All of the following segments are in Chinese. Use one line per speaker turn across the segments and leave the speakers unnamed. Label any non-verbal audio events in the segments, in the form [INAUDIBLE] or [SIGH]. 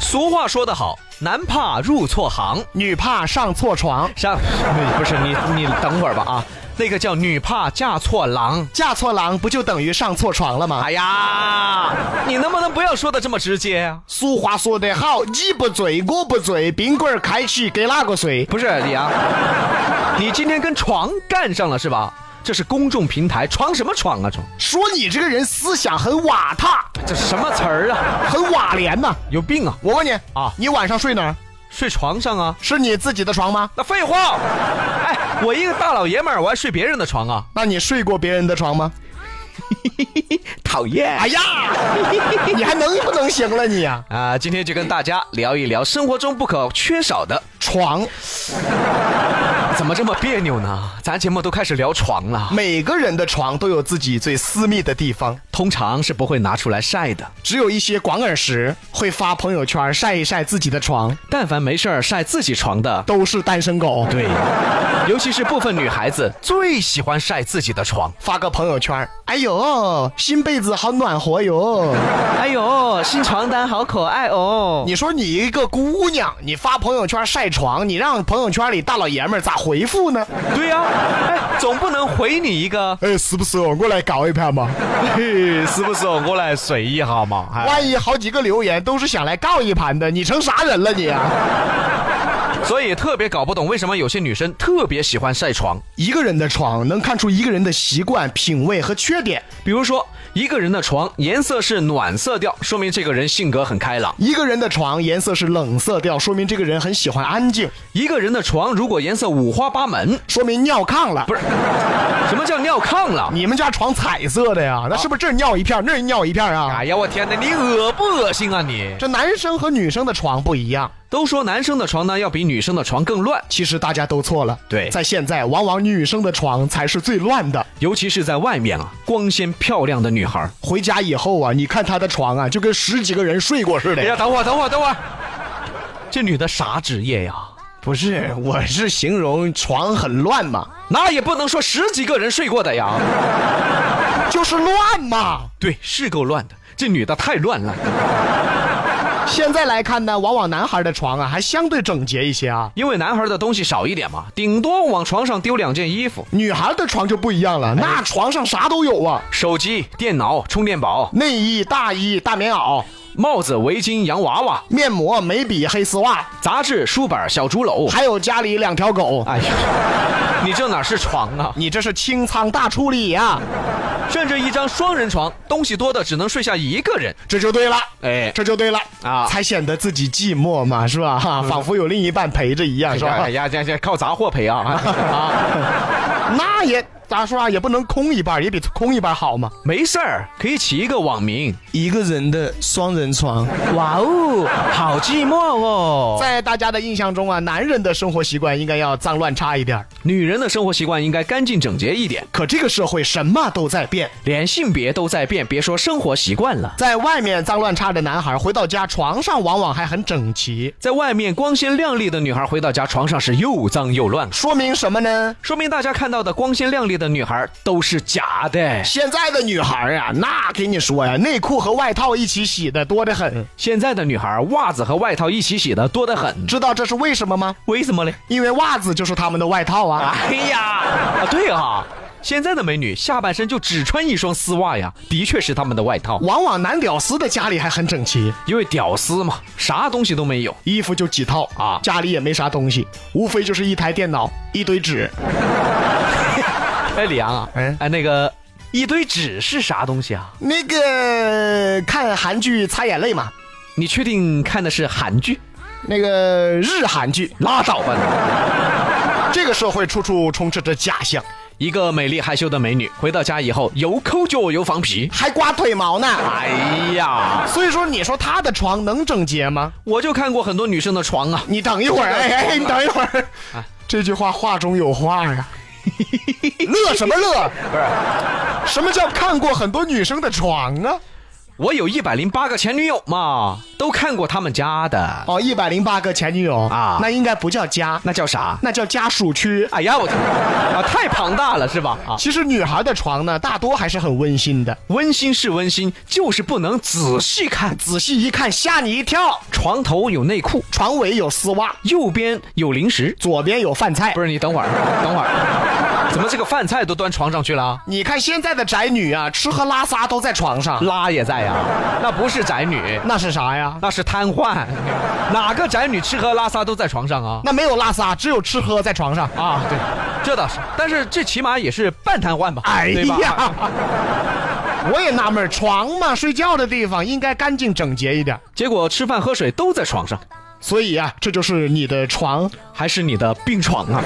俗话说得好，男怕入错行，
女怕上错床，
上不是你你等会儿吧啊，那个叫女怕嫁错郎。
嫁错郎不就等于上错床了吗？
哎呀，你能不能不要说的这么直接啊？
俗话说得好，你不醉我不醉，冰棍儿开起给哪个睡？
不是李阳，你今天跟床干上了是吧？这是公众平台，床什么床啊床？
说你这个人思想很瓦塔，
这什么词儿啊？
很瓦廉呐、
有病啊！
我问你
啊
啊，你晚上睡哪儿？
睡床上啊？
是你自己的床吗？
那废话，哎，我一个大老爷们儿，我还睡别人的床啊？
那你睡过别人的床吗？
讨厌！
哎呀， [LAUGHS] 你还能不能行了你呀、
啊，今天就跟大家聊一聊生活中不可缺少的。
床，
怎么这么别扭呢？咱节目都开始聊床了，
每个人的床都有自己最私密的地方，
通常是不会拿出来晒的。
只有一些广耳石会发朋友圈晒一晒自己的床，
但凡没事儿晒自己床的，
都是单身狗。
对，尤其是部分女孩子最喜欢晒自己的床。
发个朋友圈，哎呦，新被子好暖和哟！
哎呦，新床单好可爱哦！
你说你一个姑娘，你发朋友圈晒床，你让朋友圈里大老爷们儿咋回复呢？
对呀、哎，总不能回你一个，
哎，是不是哦我来搞一盘嘛？
嘿，哎是不是我来睡一下嘛？
万一好几个留言都是想来告一盘的，你成啥人了你、啊？
所以特别搞不懂为什么有些女生特别喜欢晒床。
一个人的床能看出一个人的习惯、品味和缺点。
比如说，一个人的床颜色是暖色调，说明这个人性格很开朗；
一个人的床颜色是冷色调，说明这个人很喜欢安静，
一个人的床如果颜色五花八门，
说明尿炕了。
不是，什么叫尿炕了？
你们家床彩色的呀？那是不是这儿尿一片儿，那儿尿一片儿啊？
哎呀，我天哪，你恶不恶心啊你？
这男生和女生的床不一样，
都说男生的床呢要比女生的床更乱，
其实大家都错了。
对
在现在，往往女生的床才是最乱的。
尤其是在外面啊，光鲜漂亮的女孩儿。
回家以后啊，你看她的床啊，就跟十几个人睡过似的
哎
呀
呀，。等会儿，等会儿，等会儿，这女的啥职业呀？
不是，我是形容床很乱嘛，
那也不能说十几个人睡过的呀。
就是乱嘛。
对，是够乱的，这女的太乱了。
现在来看呢，往往男孩的床啊还相对整洁一些啊，
因为男孩的东西少一点嘛，顶多往床上丢两件衣服、
女孩的床就不一样了，那床上啥都有啊，
手机、电脑、充电宝、
内衣、大衣、大棉袄、
帽子、围巾、洋娃娃、
面膜、眉笔、黑丝袜，
杂志、书本、小竹篓。
还有家里两条狗。
哎呀，你这哪是床啊？
你这是清仓大处理呀、
甚至一张双人床，东西多的只能睡下一个人。
这就对了，
哎，
这就对了
啊嗯
才显得自己寂寞嘛，是吧？哈，仿佛有另一半陪着一样，是吧？
哎呀，这这靠杂货赔啊！ [LAUGHS] 啊，
那也咋说啊，也不能空一半，也比空一半好嘛。
没事儿，可以起一个网名。
一个人的双人床，
哇哦，好寂寞哦。
在大家的印象中啊，男人的生活习惯应该要脏乱差一点儿。
女人的生活习惯应该干净整洁一点，
可这个社会什么都在变，
连性别都在变，别说生活习惯了。
在外面脏乱差的男孩回到家，床上往往还很整齐，
在外面光鲜亮丽的女孩回到家，床上是又脏又乱，
说明什么呢？
说明大家看到的光鲜亮丽的女孩都是假的。
现在的女孩啊，那给你说呀，内裤和外套一起洗的多得很，
现在的女孩袜子和外套一起洗的多得很，
知道这是为什么吗？
为什么嘞？
因为袜子就是他们的外套啊。
哎呀，啊对啊，现在的美女下半身就只穿一双丝袜呀，的确是她们的外套，
往往男屌丝的家里还很整齐，
因为屌丝嘛，啥东西都没有。
衣服就几套
啊
家里也没啥东西，无非就是一台电脑、一堆纸。
哎，李阳啊，哎
哎
那个一堆纸是啥东西啊？
那个看韩剧擦眼泪嘛，
你确定看的是韩剧？
那个日韩剧，
拉倒吧你！
这个社会处处充斥着假象，
一个美丽害羞的美女回到家以后，有抠脚有放屁。
还刮腿毛呢。
哎呀，
所以说，你说他的床能整洁吗？
我就看过很多女生的床啊，
你等一会儿，哎哎，你等一会儿，这句话话中有话呀。乐什么乐？不是，什么叫看过很多女生的床啊？
我有一百零八个前女友嘛，都看过他们家的，
哦，一百零八个前女友
啊
那应该不叫家，
那叫啥？
那叫家属区。
哎呀，我啊，太庞大了是吧？啊，
其实女孩的床呢，大多还是很温馨的。
温馨是温馨，就是不能仔细看。
仔细一看，吓你一跳，
床头有内裤，
床尾有丝袜，
右边有零食。
左边有饭菜
不。是你等会儿，等会儿，怎么这个饭菜都端床上去了？
你看现在的宅女啊，吃喝拉撒都在床上，
拉也在呀、啊那不是宅女，
那是啥呀？
那是瘫痪。哪个宅女吃喝拉撒都在床上啊？
那没有拉撒，只有吃喝在床上。
啊，对，这倒是，但是这起码也是半瘫痪吧？
哎
对吧
呀， [LAUGHS] 我也纳闷儿，床嘛，睡觉的地方应该干净整洁一点儿。
结果吃饭喝水都在床上，
所以啊，这就是你的床。
还是你的病床啊！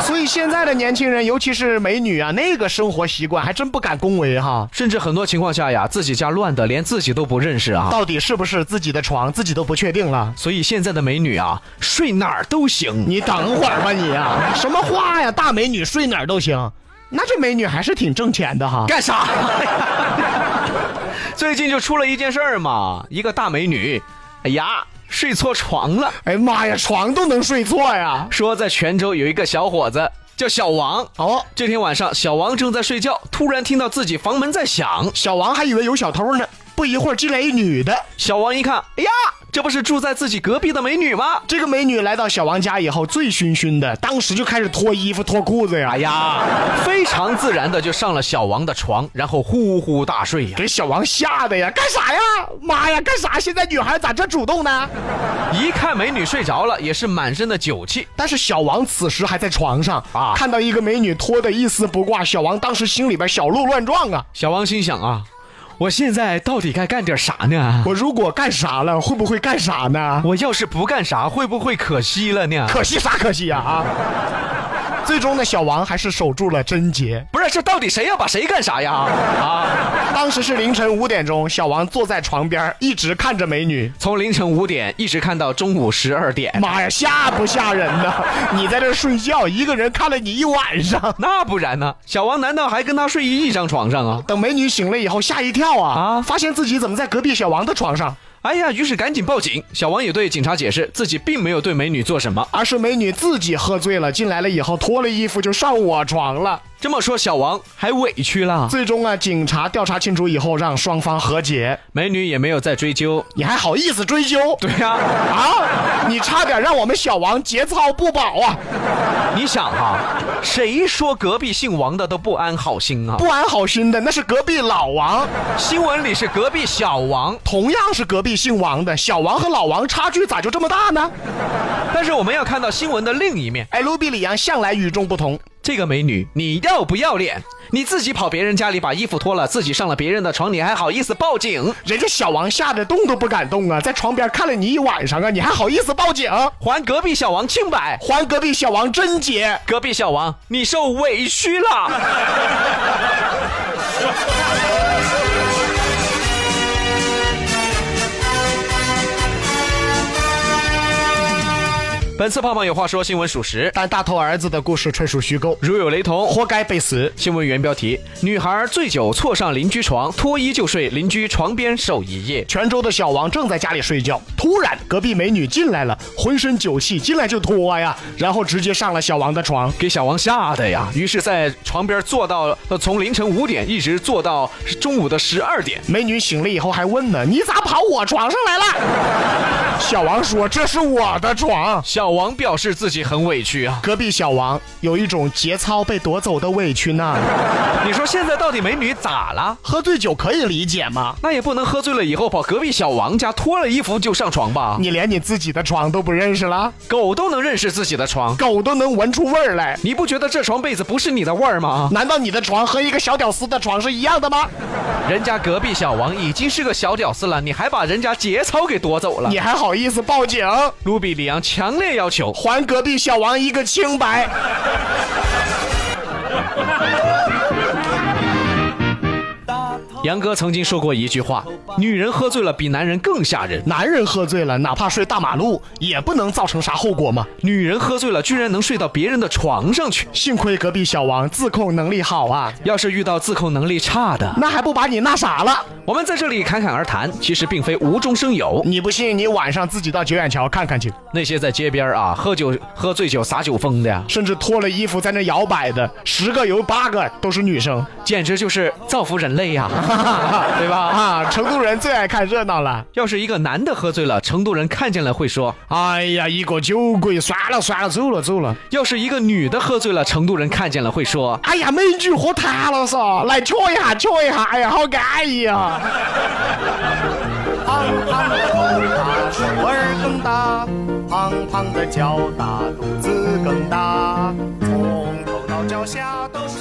所以现在的年轻人，尤其是美女啊，那个生活习惯还真不敢恭维哈。
甚至很多情况下呀，自己家乱的连自己都不认识啊。
到底是不是自己的床，自己都不确定了。
所以现在的美女啊，睡哪儿都行。
你等会儿吧你啊，什么话呀？大美女睡哪儿都行，那这美女还是挺挣钱的哈。
干啥？最近就出了一件事儿嘛，一个大美女，哎呀，睡错床了。
哎呀妈呀，床都能睡错呀！
说在泉州有一个小伙子叫小王，
哦，
这天晚上小王正在睡觉，突然听到自己房门在响。
小王还以为有小偷呢，不一会儿进来一女的。
小王一看，哎呀，这不是住在自己隔壁的美女吗？
这个美女来到小王家以后，醉醺醺的，当时就开始脱衣服、脱裤子呀，
哎呀，非常自然的就上了小王的床，然后呼呼大睡呀、
给小王吓的呀！干啥呀？妈呀，干啥？现在女孩咋这主动呢？
一看美女睡着了，也是满身的酒气。
但是小王此时还在床上
啊
看到一个美女脱得一丝不挂，小王当时心里边小鹿乱撞啊！
小王心想啊，我现在到底该干点啥呢？
我如果干啥了，会不会干啥呢？
我要是不干啥，会不会可惜了呢？
可惜啥可惜呀啊！最终呢，小王还是守住了贞洁。
不是，这到底谁要把谁干啥呀？啊！
当时是凌晨五点钟，小王坐在床边儿，一直看着美女。
从凌晨五点一直看到中午十二点，
妈呀，吓不吓人呢？你在这儿睡觉，一个人看了你一晚上。
那不然呢？小王难道还跟他睡一张床上啊？
等美女醒了以后，吓一跳啊！
啊
发现自己怎么在隔壁小王的床上，
哎呀，于是赶紧报警。小王也对警察解释，自己并没有对美女做什么。
而是美女自己喝醉了进来了以后，脱了衣服就上我床了。
这么说，小王还委屈了。
最终啊，警察调查清楚以后，让双方和解。
美女也没有再追究。
你还好意思追究？
对呀、
啊！你差点让我们小王节操不保啊！
你想哈、谁说隔壁姓王的都不安好心啊？
不安好心的那是隔壁老王，
新闻里是隔壁小王，
同样是隔壁姓王的，小王和老王差距咋就这么大呢？
但是我们要看到新闻的另一面。
哎，卢比里昂向来与众不同，
这个美女，你要不要脸？你自己跑别人家里把衣服脱了，自己上了别人的床，你还好意思报警？
人家小王吓得动都不敢动啊，在床边看了你一晚上啊，你还好意思报警？
还隔壁小王清白？
还隔壁小王贞洁。
隔壁小王，你受委屈了。 [LAUGHS] 本次胖胖有话说新闻属实，
但大头儿子的故事纯属虚构，
如有雷同。
活该被死。
新闻原标题：女孩醉酒错上邻居床，脱衣就睡，邻居床边守一夜。
泉州的小王正在家里睡觉，突然隔壁美女进来了，浑身酒气，进来就脱呀，然后直接上了小王的床。
给小王吓的呀，于是在床边坐到，呃，从凌晨五点一直坐到中午的十二点。
美女醒了以后还问呢：“你咋跑我床上来了？” [LAUGHS] 小王说：“这是我的床。
小王表示自己很委屈啊”。
隔壁小王有一种节操被夺走的委屈呢。
你说现在到底美女咋了？
喝醉酒可以理解吗？
那也不能喝醉了以后跑隔壁小王家脱了衣服就上床吧？
你连你自己的床都不认识了，
狗都能认识自己的床，
狗都能闻出味儿来，
你不觉得这床被子不是你的味儿吗？
难道你的床和一个小屌丝的床是一样的吗？
人家隔壁小王已经是个小屌丝了，你还把人家节操给夺走了
你。还好意思报警？
卢比里昂强烈要求，
还隔壁小王一个清白。
杨哥曾经说过一句话：“女人喝醉了比男人更吓人，
男人喝醉了，哪怕睡大马路，也不能造成啥后果嘛。
女人喝醉了居然能睡到别人的床上去。
幸亏隔壁小王自控能力好啊，
要是遇到自控能力差的，
那还不把你那啥了？
我们在这里侃侃而谈，其实并非无中生有。
你不信，你晚上自己到九眼桥看看去，
那些在街边啊喝酒、喝醉酒撒酒疯的呀，
甚至脱了衣服在那摇摆的，十个有八个都是女生，
简直就是造福人类呀， [LAUGHS] 对吧？
啊，成都人最爱看热闹了。
要是一个男的喝醉了，成都人看见了会说；
哎呀，一个酒鬼，算了算了，走了走了。
要是一个女的喝醉了，成都人看见了会说。
哎呀，美女喝瘫了嗦，来瞧一下，瞧一下，哎呀，好安逸啊！
胖胖的头大，手儿更大，胖胖的脚大，肚子更大，从头到脚下都是。